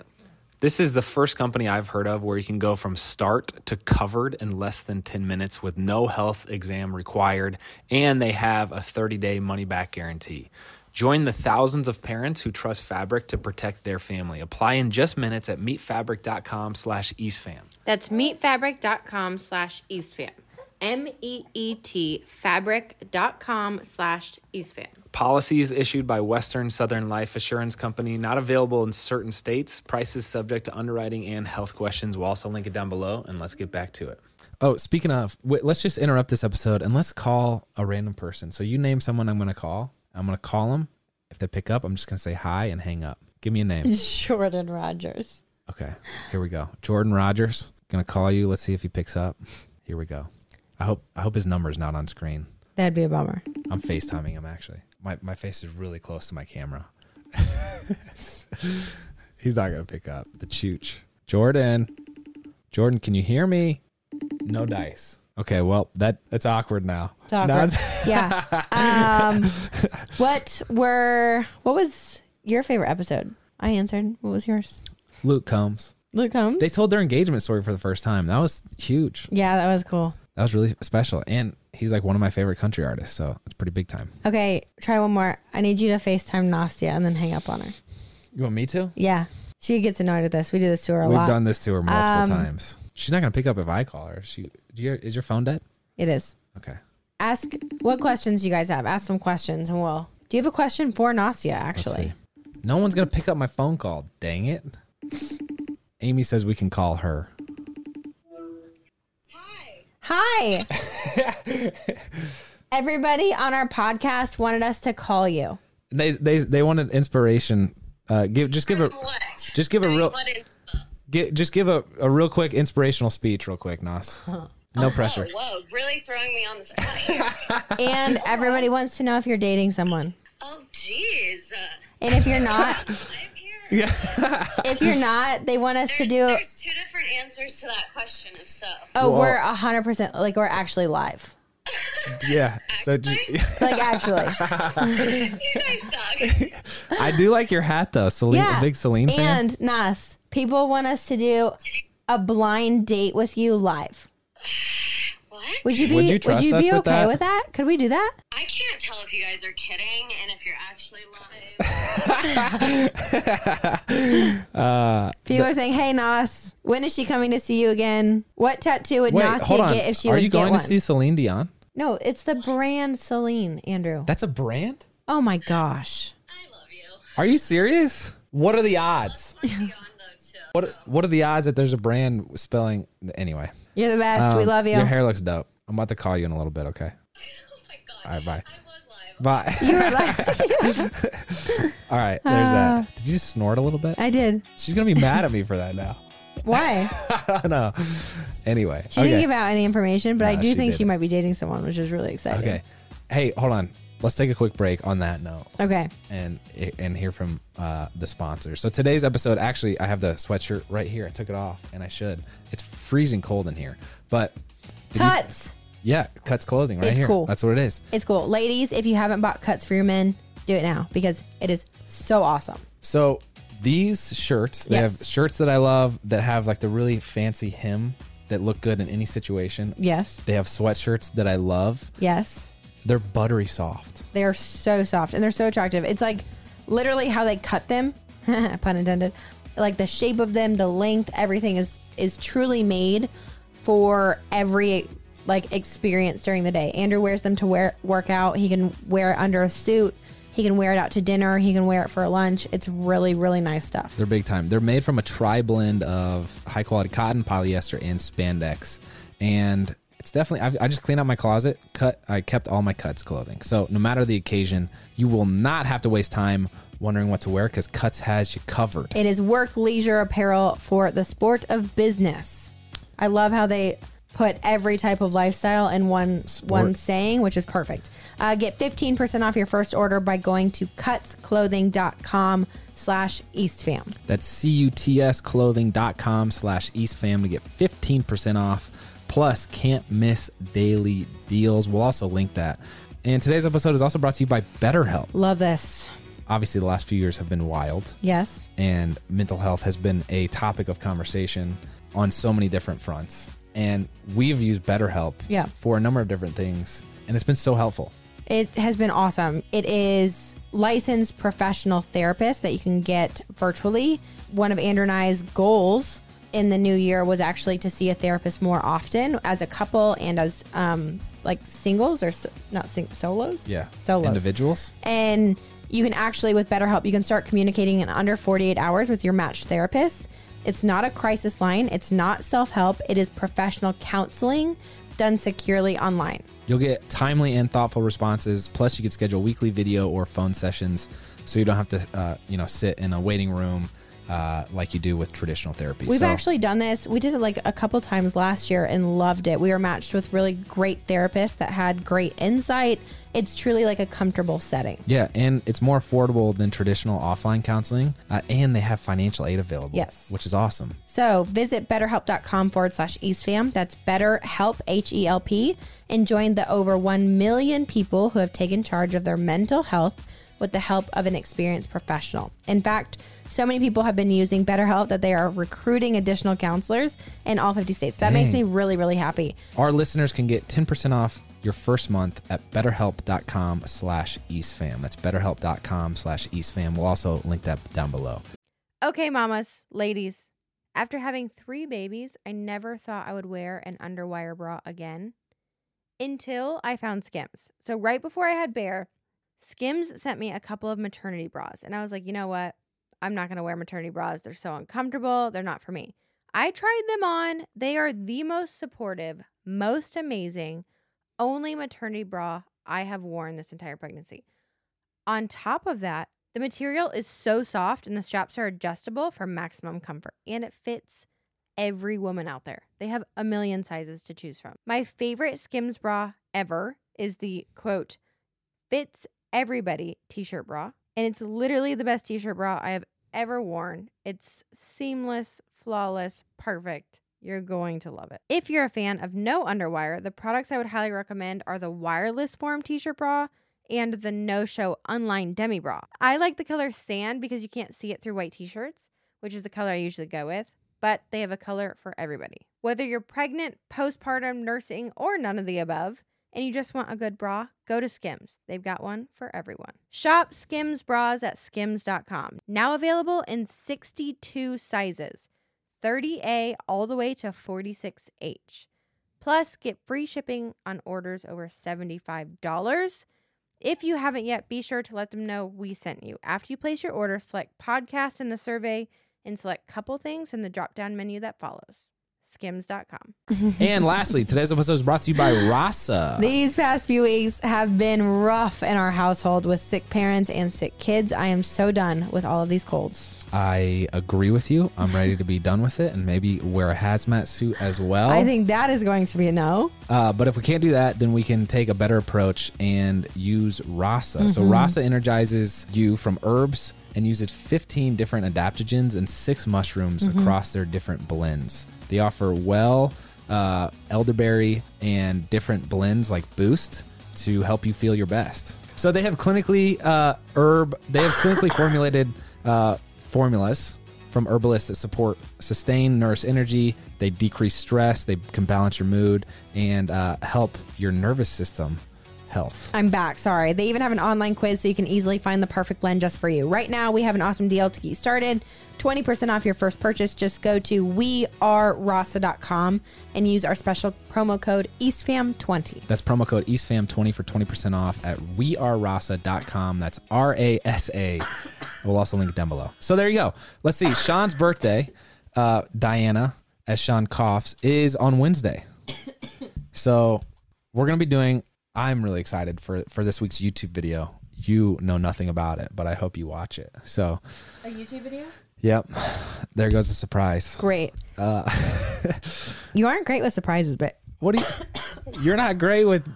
Speaker 5: This is the first company I've heard of where you can go from start to covered in less than 10 minutes with no health exam required, and they have a 30 day money back guarantee. Join the thousands of parents who trust Fabric to protect their family. Apply in just minutes at meetfabric.com slash eastfam.
Speaker 6: That's meetfabric.com slash eastfam. E M-E-E-T fabric.com slash eastfam.
Speaker 5: Policies issued by Western Southern Life Assurance Company, not available in certain states. Prices subject to underwriting and health questions. We'll also link it down below, and let's get back to it.
Speaker 2: Oh, speaking of, wait, let's just interrupt this episode and let's call a random person. So you name someone I'm going to call. I'm going to call them. If they pick up, I'm just going to say hi and hang up. Give me a name.
Speaker 3: Jordan Rogers.
Speaker 2: Okay, here we go. Jordan Rogers, gonna call you. Let's see if he picks up. Here we go. I hope I hope his number's not on screen.
Speaker 3: That'd be a bummer.
Speaker 2: I'm FaceTiming him actually. My my face is really close to my camera. He's not gonna pick up. The chooch. Jordan. Jordan, can you hear me? No dice. Okay, well that that's awkward now.
Speaker 3: It's awkward.
Speaker 2: Now it's-
Speaker 3: yeah. Um, what were what was your favorite episode? I answered. What was yours?
Speaker 2: Luke comes.
Speaker 3: Luke Combs.
Speaker 2: They told their engagement story for the first time. That was huge.
Speaker 3: yeah, that was cool.
Speaker 2: That was really special. And he's like one of my favorite country artists, so it's pretty big time.
Speaker 3: Okay, try one more. I need you to FaceTime Nastia and then hang up on her.
Speaker 2: You want me to?
Speaker 3: Yeah. She gets annoyed with this. We do this to her a
Speaker 2: We've
Speaker 3: lot.
Speaker 2: done this to her multiple
Speaker 3: Um,
Speaker 2: times. She's not gonna pick up if I call her. She, do you, is your phone dead?
Speaker 3: it is.
Speaker 2: Okay.
Speaker 3: Ask what questions you guys have. Ask some questions and we'll do you have a question for Nastia actually?
Speaker 2: No one's gonna pick up my phone call. Dang it. Amy says we can call her.
Speaker 4: Hi. Everybody on our podcast wanted us to call you.
Speaker 2: They they they wanted inspiration. Uh, give just give a just give a real gi- just give a, a real quick inspirational speech, real quick, Nas. No pressure.
Speaker 7: Whoa, really throwing me on the spot here.
Speaker 4: And everybody wants to know if you're dating someone.
Speaker 7: oh, jeez. Uh,
Speaker 4: And if you're not,
Speaker 7: I'm here.
Speaker 4: if you're not, they want us to
Speaker 7: There's,
Speaker 4: do
Speaker 7: there's two different answers to that question, if so.
Speaker 4: Oh, we're 100% like we're actually live.
Speaker 2: Yeah. So ju-
Speaker 4: Like actually.
Speaker 7: You guys suck.
Speaker 2: I do like your hat though, Celine.
Speaker 4: yeah.
Speaker 2: A big Celine fan.
Speaker 4: And Nas, people want us to do a blind date with you live.
Speaker 7: what?
Speaker 4: Would you be
Speaker 2: Would you
Speaker 4: would
Speaker 2: trust
Speaker 4: you
Speaker 2: us
Speaker 4: be
Speaker 2: with
Speaker 4: okay
Speaker 2: that?
Speaker 4: with that? Could we do that?
Speaker 7: I can't tell if you guys are kidding and if you're actually live.
Speaker 4: People are saying, "Hey Nas, when is she coming to see you again? What tattoo would
Speaker 2: Wait,
Speaker 4: Nas
Speaker 2: hold on.
Speaker 4: get if she
Speaker 2: Are
Speaker 4: would
Speaker 2: you
Speaker 4: get
Speaker 2: going
Speaker 4: one?"
Speaker 2: to see Celine Dion?
Speaker 4: no, it's the brand Celine, Andrew.
Speaker 2: That's a brand.
Speaker 4: oh my gosh.
Speaker 7: I love you.
Speaker 2: Are you serious? What are the odds?
Speaker 7: Beyond though, too.
Speaker 2: What What are the odds that there's a brand spelling anyway?
Speaker 4: You're the best. we
Speaker 2: um,
Speaker 4: love you.
Speaker 2: Your hair looks dope. I'm about to call you in a little bit. Okay.
Speaker 7: Oh my god.
Speaker 2: All right. Bye.
Speaker 7: I was live.
Speaker 2: Bye. All right. There's that. Did you just snort a little bit?
Speaker 4: Uh, I did.
Speaker 2: She's gonna be mad at me for that now.
Speaker 4: Why?
Speaker 2: I don't know. Anyway.
Speaker 4: She
Speaker 2: okay.
Speaker 4: didn't give out any information, but I
Speaker 2: No,
Speaker 4: do
Speaker 2: she
Speaker 4: think she
Speaker 2: didn't.
Speaker 4: might be dating someone, which is really exciting.
Speaker 2: Okay. Hey, hold on. Let's take a quick break on that note
Speaker 4: Okay.
Speaker 2: and and hear from uh, the sponsor. So today's episode, actually, I have the sweatshirt right here. I took it off, and I should. It's freezing cold in here, but if you-
Speaker 4: Cuts.
Speaker 2: yeah, cuts clothing right
Speaker 4: It's
Speaker 2: here.
Speaker 4: cool.
Speaker 2: That's what it is.
Speaker 4: It's cool. Ladies, if you haven't bought cuts for your men, do it now because it is so awesome.
Speaker 2: So these shirts, they
Speaker 4: Yes.
Speaker 2: have shirts that I love that have like the really fancy hem that look good in any situation.
Speaker 4: Yes.
Speaker 2: They have sweatshirts that I love.
Speaker 4: Yes.
Speaker 2: They're buttery soft.
Speaker 4: They are so soft and they're so attractive. It's like literally how they cut them, pun intended. Like the shape of them, the length, everything is is truly made for every like experience during the day. Andrew wears them to wear work out. He can wear it under a suit. He can wear it out to dinner. He can wear it for lunch. It's really really nice stuff.
Speaker 2: They're big time. They're made from a tri blend of high quality cotton, polyester, and spandex. And it's definitely, I've, I just cleaned out my closet, cut, I kept all my cuts clothing. So no matter the occasion, you will not have to waste time wondering what to wear because Cuts has you covered.
Speaker 4: It is work leisure apparel for the sport of business. I love how they put every type of lifestyle in one one saying, which is perfect. Uh, get 15% off your first order by going to cutsclothing.com slash eastfam.
Speaker 2: That's cutsclothing.com slash eastfam to get 15% off. Plus, can't miss daily deals. We'll also link that. And today's episode is also brought to you by BetterHelp.
Speaker 4: Love this.
Speaker 2: Obviously, the last few years have been wild,
Speaker 4: Yes.
Speaker 2: and mental health has been a topic of conversation on so many different fronts. And we've used BetterHelp
Speaker 4: Yeah.
Speaker 2: for a number of different things, and it's been so helpful.
Speaker 4: It has been awesome. It is licensed professional therapist that you can get virtually. One of Andrew and I's goals in the new year was actually to see a therapist more often as a couple and as um, like singles or so, not sing- solos. solos.
Speaker 2: Individuals.
Speaker 4: And you can actually, with BetterHelp, you can start communicating in under 48 hours with your matched therapist. It's not a crisis line, it's not self help, it is professional counseling done securely online.
Speaker 2: You'll get timely and thoughtful responses. Plus, you can schedule weekly video or phone sessions, so you don't have to, uh, you know, sit in a waiting room uh, like you do with traditional therapy.
Speaker 4: We've
Speaker 2: so,
Speaker 4: actually done this. We did it like a couple times last year and loved it. We were matched with really great therapists that had great insight. It's truly like a comfortable setting.
Speaker 2: yeah, and it's more affordable than traditional offline counseling, uh, and they have financial aid available.
Speaker 4: Yes.
Speaker 2: which is awesome.
Speaker 4: So visit betterhelp.com forward slash eastfam. That's betterhelp, H E L P, and join the over 1 million people who have taken charge of their mental health with the help of an experienced professional. In fact, so many people have been using BetterHelp that they are recruiting additional counselors in all 50 states. That makes me really, really happy.
Speaker 2: Our listeners can get 10% off your first month at betterhelp.com slash eastfam. That's betterhelp.com slash eastfam. We'll also link that down below.
Speaker 8: Okay, mamas, ladies. After having three babies, I never thought I would wear an underwire bra again until I found Skims. So, right before I had Bear, Skims sent me a couple of maternity bras. And I was like, you know what? I'm not going to wear maternity bras. They're so uncomfortable. They're not for me. I tried them on. They are the most supportive,
Speaker 4: most amazing, only maternity bra I have worn this entire pregnancy. On top of that, the material is so soft and the straps are adjustable for maximum comfort and it fits every woman out there. They have a million sizes to choose from. My favorite Skims bra ever is the quote, fits everybody t shirt bra. And it's literally the best t shirt bra I have ever worn. It's seamless, flawless, perfect. You're going to love it. If you're a fan of no underwire, the products I would highly recommend are the wireless form t shirt bra and the no show unlined demi bra. I like the color sand because you can't see it through white t shirts, which is the color I usually go with, but they have a color for everybody. Whether you're pregnant, postpartum, nursing, or none of the above, and you just want a good bra, go to Skims. They've got one for everyone. Shop Skims bras at skims.com. Now available in 62 sizes 30A all the way to 46H. Plus, get free shipping on orders over $75. If you haven't yet, be sure to let them know we sent you. After you place your order, select podcast in the survey and select couple things in the drop down menu that follows. Skims.com.
Speaker 3: Mm-hmm.
Speaker 2: and lastly, today's episode is brought to you by Rasa.
Speaker 3: These past few weeks have been rough in our household with sick parents and sick kids. I am so done with all of these colds.
Speaker 2: I agree with you. I'm ready to be done with it and maybe wear a hazmat suit as well.
Speaker 3: I think that is going to be a no.
Speaker 2: Uh, but if we can't do that, then we can take a better approach and use Rasa. So Rasa energizes you from herbs and uses 15 different adaptogens and six mushrooms across their different blends. They offer well, uh, elderberry, and different blends like Boost to help you feel your best. So they have clinically uh, herb. They have clinically formulated uh, formulas from herbalists that support sustain, nourish energy. They decrease stress. They can balance your mood and uh, help your nervous system health.
Speaker 3: I'm back. Sorry. They even have an online quiz so you can easily find the perfect blend just for you. Right now, we have an awesome deal to get you started 20% off your first purchase. Just go to wearerasa.com and use our special promo code E EastFam20.
Speaker 2: That's promo code EastFam20 for 20% off at wearerasa.com. That's R A S A. We'll also link it down below. So there you go. Let's see. Sean's birthday, uh, Diana, as Sean coughs, is on Wednesday. So we're going to be doing, I'm really excited for, for this week's YouTube video. You know nothing about it, but I hope you watch it. So,
Speaker 3: A YouTube video?
Speaker 2: yep, there goes a surprise.
Speaker 3: Great.
Speaker 2: Uh,
Speaker 3: You aren't great with surprises, but
Speaker 2: what do you you're not great with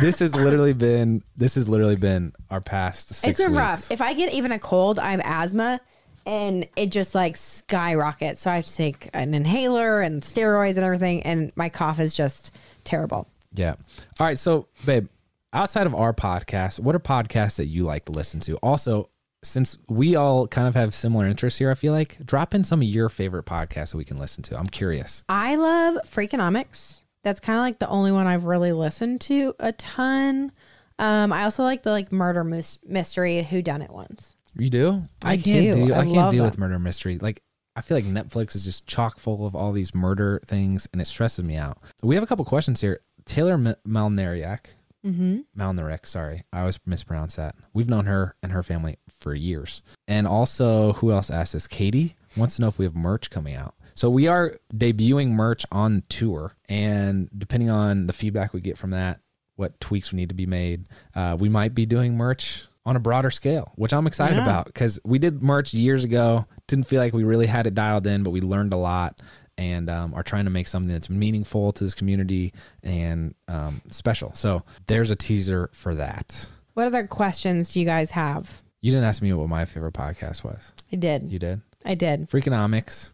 Speaker 2: this has literally been this has literally been our past six
Speaker 3: it's been
Speaker 2: weeks.
Speaker 3: rough. If I get even a cold, I have asthma and it just like skyrockets. So I have to take an inhaler and steroids and everything. And my cough is just terrible.
Speaker 2: yeah all right so babe outside of our podcast what are podcasts that you like to listen to also since we all kind of have similar interests here i feel like drop in some of your favorite podcasts that we can listen to i'm curious
Speaker 3: I love Freakonomics. That's kind of like the only one I've really listened to a ton. Um, I also like the like murder mys- mystery Who Done It ones.
Speaker 2: you do i,
Speaker 3: I
Speaker 2: can't
Speaker 3: do.
Speaker 2: do,
Speaker 3: I
Speaker 2: i, can't
Speaker 3: love
Speaker 2: deal
Speaker 3: them.
Speaker 2: with murder mystery like I feel like Netflix is just chock full of all these murder things and it stresses me out. We have a couple questions here. Taylor M- Malnariak,
Speaker 3: Mm-hmm.
Speaker 2: Malnarek, sorry. I always mispronounce that. We've known her and her family for years. And also, who else asked this? Katie wants to know if we have merch coming out. So we are debuting merch on tour. And depending on the feedback we get from that, what tweaks we need to be made, uh, we might be doing merch on a broader scale, which I'm excited
Speaker 3: Yeah.
Speaker 2: about because we did merch years ago. Didn't feel like we really had it dialed in, but we learned a lot and um, are trying to make something that's meaningful to this community and um, special. So there's a teaser for that.
Speaker 3: What other questions do you guys have?
Speaker 2: You didn't ask me what my favorite podcast was.
Speaker 3: I did.
Speaker 2: You did?
Speaker 3: I did.
Speaker 2: Freakonomics.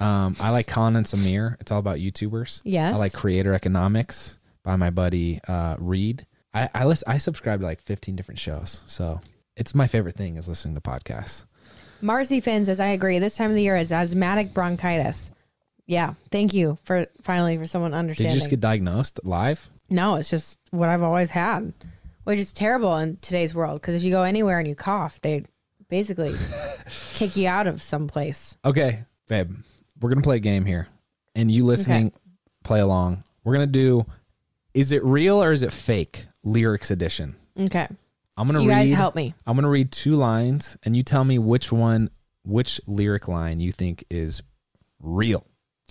Speaker 2: Um, I like Colin and Samir. It's all about YouTubers.
Speaker 3: Yes.
Speaker 2: I like Creator Economics by my buddy uh, Reed. I I, list, I subscribe to like 15 different shows. So it's my favorite thing is listening to podcasts.
Speaker 3: Marcy Finn says, I agree. This time of the year is asthmatic bronchitis. Yeah. Thank you for finally for someone
Speaker 2: Did
Speaker 3: understanding.
Speaker 2: you just get diagnosed live?
Speaker 3: no, it's just what I've always had, which is terrible in today's world because if you go anywhere and you cough, they basically kick you out of some place.
Speaker 2: Okay, babe, we're gonna play a game here, and you listening, play along. We're gonna do, is it real or is it fake? Lyrics edition.
Speaker 3: Okay.
Speaker 2: I'm gonna
Speaker 3: You
Speaker 2: read.
Speaker 3: guys help me.
Speaker 2: I'm gonna read two lines, and you tell me which one, which lyric line you think is real.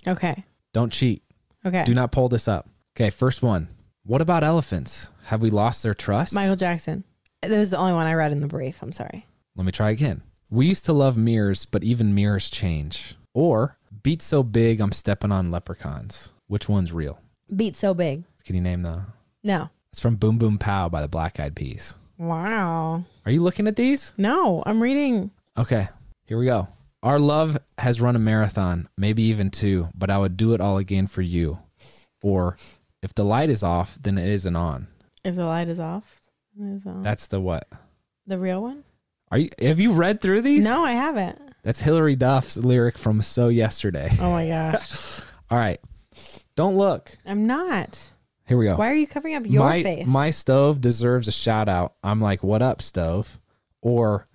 Speaker 3: Okay.
Speaker 2: Don't cheat.
Speaker 4: Okay.
Speaker 2: Do not pull this up. Okay, first one. What about elephants? Have we lost their trust?
Speaker 4: Michael Jackson. That was the only one I read in the brief. I'm sorry.
Speaker 2: Let me try again. We used to love mirrors, but even mirrors change. Or beat so big I'm stepping on leprechauns. Which one's real?
Speaker 4: Beat so big.
Speaker 2: Can you name the?
Speaker 4: No.
Speaker 2: It's from Boom Boom Pow by the Black Eyed Peas.
Speaker 4: Wow.
Speaker 2: Are you looking at these?
Speaker 4: No, I'm reading.
Speaker 2: Okay, here we go. Our love has run a marathon, maybe even two, but I would do it all again for you. Or if the light is off, then it isn't on.
Speaker 4: If the light is off, it is on.
Speaker 2: That's the what?
Speaker 4: the real one?
Speaker 2: Are you have you read through these?
Speaker 4: No, I haven't.
Speaker 2: That's Hillary Duff's lyric from So Yesterday.
Speaker 4: Oh my gosh.
Speaker 2: All right. Don't look.
Speaker 4: I'm not.
Speaker 2: Here we go.
Speaker 4: Why are you covering up your
Speaker 2: my,
Speaker 4: face?
Speaker 2: My stove deserves a shout out. I'm like, what up, stove? Or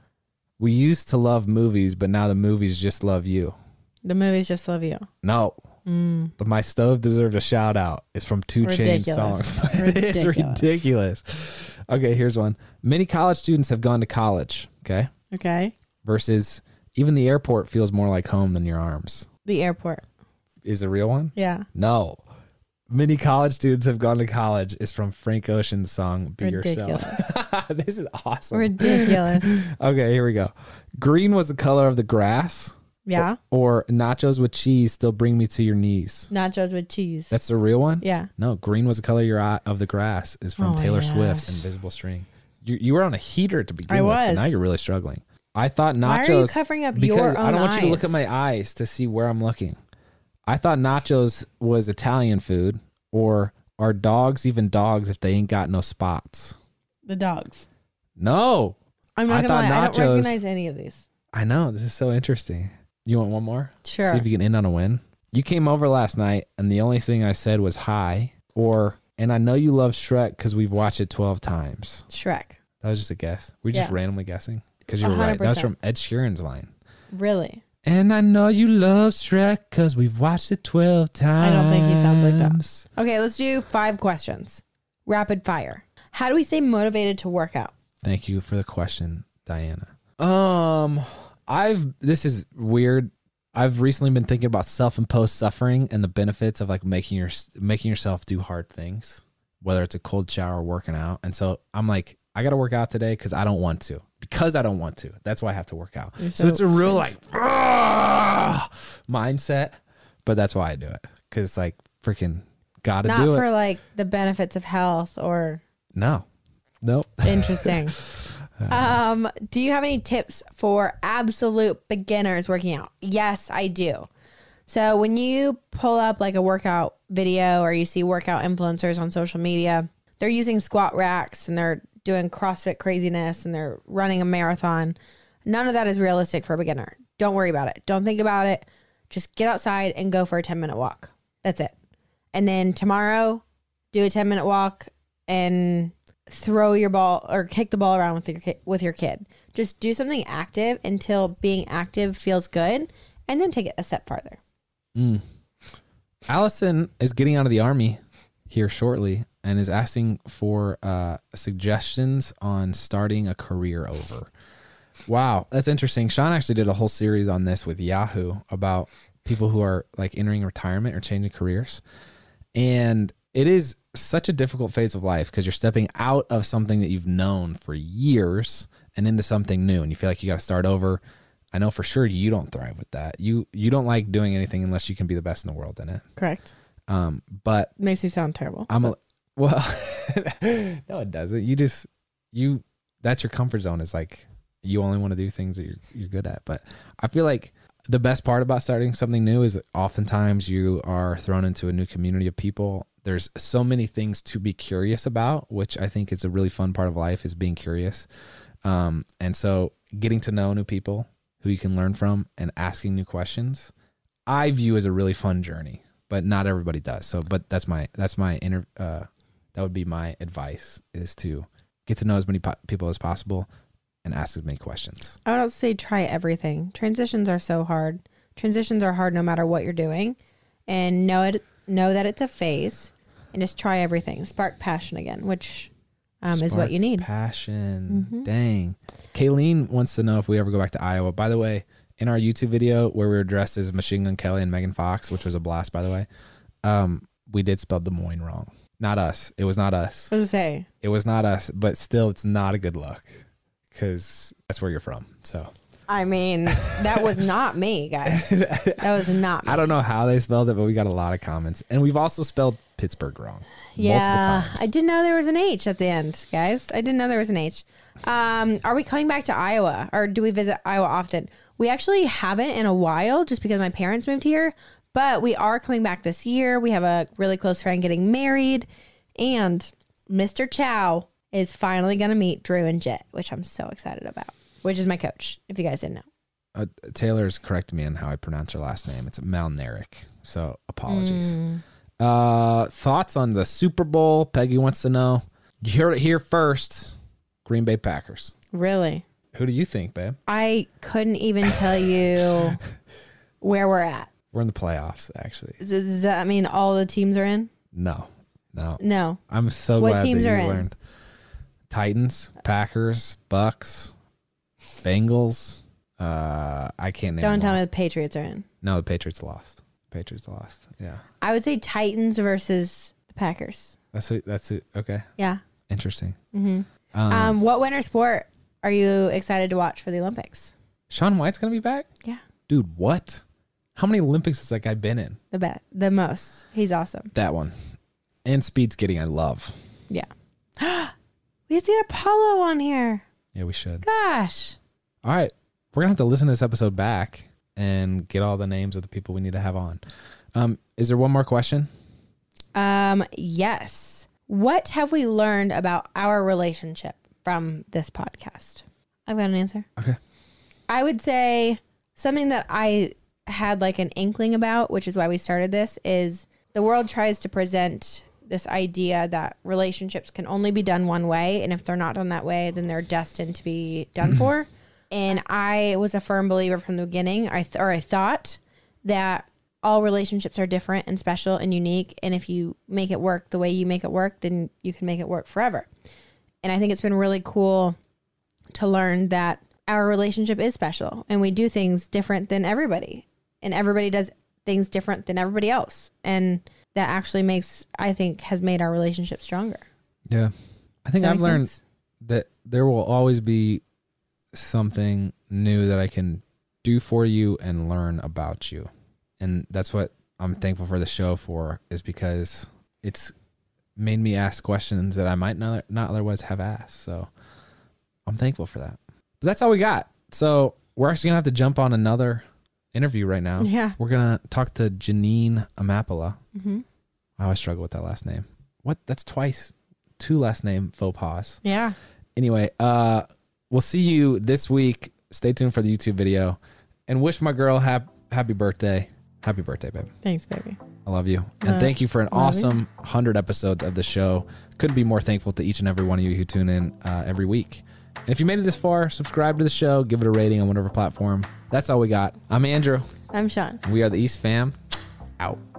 Speaker 2: we used to love movies, but now the movies just love you.
Speaker 4: the movies just love you.
Speaker 2: No. But my stove deserves a shout out. It's from Two Chainz song.
Speaker 4: Mm. Ridiculous.
Speaker 2: it's
Speaker 4: Ridiculous.
Speaker 2: ridiculous. Okay, here's one. Many college students have gone to college, okay?
Speaker 4: Okay.
Speaker 2: Versus even the airport feels more like home than your arms.
Speaker 4: The airport.
Speaker 2: Is a real one?
Speaker 4: Yeah.
Speaker 2: No. Many college students have gone to college is from Frank Ocean's song Be Yourself. this is awesome.
Speaker 4: Ridiculous.
Speaker 2: okay, here we go. Green was the color of the grass,
Speaker 4: yeah.
Speaker 2: or nachos with cheese still bring me to your knees.
Speaker 4: Nachos with cheese.
Speaker 2: That's the real one?
Speaker 4: yeah.
Speaker 2: No, green was the color of your eye, of the grass is from
Speaker 4: Oh,
Speaker 2: Taylor
Speaker 4: yes.
Speaker 2: Swift's Invisible String. You, you were on a heater to begin
Speaker 4: I
Speaker 2: with, but
Speaker 4: was.
Speaker 2: now you're really struggling. I thought nachos.
Speaker 4: Why are you covering up
Speaker 2: because
Speaker 4: your
Speaker 2: I
Speaker 4: own
Speaker 2: don't want you to look
Speaker 4: eyes?
Speaker 2: at my eyes to see where I'm looking. I thought nachos was Italian food, or are dogs even dogs if they ain't got no spots?
Speaker 4: The dogs.
Speaker 2: No,
Speaker 4: I'm not
Speaker 2: I
Speaker 4: gonna lie.
Speaker 2: thought
Speaker 4: I
Speaker 2: nachos-
Speaker 4: don't recognize any of these.
Speaker 2: I know this is so interesting. You want one more?
Speaker 4: Sure.
Speaker 2: See if you can end on a win. You came over last night, and the only thing I said was hi, or and I know you love Shrek because we've watched it twelve times.
Speaker 4: Shrek.
Speaker 2: That was just a guess. We're just
Speaker 4: Yeah.
Speaker 2: randomly guessing because you were right. That was
Speaker 4: 100%.
Speaker 2: from Ed Sheeran's line.
Speaker 4: Really?
Speaker 2: And I know you love Shrek because we've watched it 12
Speaker 4: I
Speaker 2: times.
Speaker 4: don't think he sounds like that.
Speaker 2: times.
Speaker 4: Okay, let's do five questions. Rapid fire. How do we stay motivated to work out?
Speaker 2: Thank you for the question, Diana. Um, I've, this is weird. I've recently been thinking about self-imposed suffering and the benefits of like making your making yourself do hard things, whether it's a cold shower, or working out. And so I'm like, I got to work out today because I don't want to. Because I don't want to. That's why I have to work out. So, it's a real like "Ah!" mindset, but that's why I do it because it's like freaking got to
Speaker 4: Not
Speaker 2: do
Speaker 4: for
Speaker 2: it.
Speaker 4: like the benefits of health or
Speaker 2: No, nope.
Speaker 4: interesting. um, do you have any tips for absolute beginners working out? Yes, I do. So when you pull up like a workout video or you see workout influencers on social media, they're using squat racks and they're doing CrossFit craziness and they're running a marathon. None of that is realistic for a beginner. Don't worry about it. Don't think about it. Just get outside and go for a 10 minute walk. That's it. And then tomorrow, do a 10 minute walk and throw your ball or kick the ball around with your ki- with your kid. Just do something active until being active feels good and then take it a step farther.
Speaker 2: Allison is getting out of the army here shortly and is asking for uh, suggestions on starting a career over. Wow, that's interesting. Sean actually did a whole series on this with Yahoo about people who are like entering retirement or changing careers. And it is such a difficult phase of life because you're stepping out of something that you've known for years and into something new and you feel like you got to start over. I know for sure you don't thrive with that. You you don't like doing anything unless you can be the best in the world in it.
Speaker 4: Correct.
Speaker 2: Um, but
Speaker 4: Makes you sound terrible.
Speaker 2: I'm a well. no, it doesn't. You just you. That's your comfort zone. Is like you only want to do things that you're you're good at. But I feel like the best part about starting something new is oftentimes you are thrown into a new community of people. There's so many things to be curious about, which I think is a really fun part of life is being curious. Um, and so getting to know new people who you can learn from and asking new questions, I view as a really fun journey, but not everybody does. So, but that's my, that's my inner, uh, that would be my advice is to get to know as many po- people as possible and ask as many questions.
Speaker 4: I would also say try everything. Transitions are so hard. Transitions are hard no matter what you're doing, and know it. Know that it's a phase, and just try everything. Spark passion again, which um, is
Speaker 2: Spark
Speaker 4: what you need. Mm-hmm.
Speaker 2: Passion. Dang. Kayleen wants to know if we ever go back to Iowa. By the way, in our YouTube video where we were dressed as Machine Gun Kelly and Megan Fox, which was a blast, by the way, um, we did spell Des Moines wrong. Not us. It was not us.
Speaker 4: was to say?
Speaker 2: It was not us. But still, it's not a good look because that's where you're from. So
Speaker 4: I mean, that was not me, guys. That was not me.
Speaker 2: I don't know how they spelled it, but we got a lot of comments, and we've also spelled Pittsburgh wrong multiple
Speaker 4: Yeah,
Speaker 2: times.
Speaker 4: I didn't know there was an H at the end, guys. I didn't know there was an H. Um, are we coming back to Iowa, or do we visit Iowa often? We actually haven't in a while, just because my parents moved here. But we are coming back this year. We have a really close friend getting married, and Mr. Chow is finally going to meet Drew and Jet, which I'm so excited about. Which is my coach, if you guys didn't know.
Speaker 2: Uh, Taylor's corrected me on how I pronounce her last name. It's Malneric. So apologies.
Speaker 4: Mm.
Speaker 2: Uh, thoughts on the Super Bowl? Peggy wants to know. You heard it here first. Green Bay Packers.
Speaker 4: Really,
Speaker 2: Who do you think, babe?
Speaker 4: I couldn't even tell you where we're at.
Speaker 2: We're in the playoffs, actually.
Speaker 4: Does- Does that mean all the teams are in?
Speaker 2: No, no.
Speaker 4: No.
Speaker 2: I'm so
Speaker 4: What
Speaker 2: glad
Speaker 4: teams
Speaker 2: that
Speaker 4: are
Speaker 2: you
Speaker 4: in?
Speaker 2: learned. Titans, Packers, Bucks, Bengals. Uh, I can't name.
Speaker 4: Don't
Speaker 2: them
Speaker 4: tell
Speaker 2: all.
Speaker 4: me the Patriots are in.
Speaker 2: No, the Patriots lost. Patriots lost. Yeah,
Speaker 4: I would say Titans versus the Packers.
Speaker 2: that's it. That's it. Okay,
Speaker 4: Yeah.
Speaker 2: interesting.
Speaker 4: Mm-hmm.
Speaker 2: Um,
Speaker 4: Um, what winter sport are you excited to watch for the Olympics?
Speaker 2: Sean White's gonna be back.
Speaker 4: Yeah.
Speaker 2: dude. What? How many Olympics has that guy been in?
Speaker 4: The bet, the most. He's awesome.
Speaker 2: That one. And speed skating, I love.
Speaker 4: Yeah. we have to get Apollo on here.
Speaker 2: Yeah, we should.
Speaker 4: Gosh.
Speaker 2: All right. We're going to have to listen to this episode back and get all the names of the people we need to have on. Um, is there one more question?
Speaker 4: Um, yes. What have we learned about our relationship from this podcast? I've got an answer.
Speaker 2: Okay.
Speaker 4: I would say something that I had like an inkling about, which is why we started this, is the world tries to present this idea that relationships can only be done one way. And if they're not done that way, then they're destined to be done for. And I was a firm believer from the beginning, I th- or I thought that all relationships are different and special and unique. And if you make it work the way you make it work, then you can make it work forever. And I think it's been really cool to learn that our relationship is special and we do things different than everybody and everybody does things different than everybody else and that actually makes i think has made our relationship stronger
Speaker 2: Yeah. I think
Speaker 4: Does that
Speaker 2: I've
Speaker 4: make
Speaker 2: learned
Speaker 4: sense?
Speaker 2: that there will always be something new that I can do for you and learn about you. And that's what I'm thankful for the show for is because it's made me ask questions that I might not, not otherwise have asked. So I'm thankful for that. But that's all we got. So we're actually going to have to jump on another interview right now.
Speaker 4: yeah
Speaker 2: We're going to talk to Janine Amapola.
Speaker 4: mm-hmm.
Speaker 2: I always struggle with that last name. What? That's twice. Two last name faux pas
Speaker 4: yeah
Speaker 2: anyway, uh, we'll see you this week. Stay tuned for the YouTube video and wish my girl hap- happy birthday. Happy birthday, babe.
Speaker 4: thanks baby
Speaker 2: I love you. And
Speaker 4: Uh,
Speaker 2: thank you for an
Speaker 4: love you.
Speaker 2: awesome 100 episodes of the show. Couldn't be more thankful to each and every one of you who tune in uh, every week. And if you made it this far, subscribe to the show, give it a rating on whatever platform. That's all we got. I'm Andrew.
Speaker 4: i'm sean
Speaker 2: We are the East Fam. Out.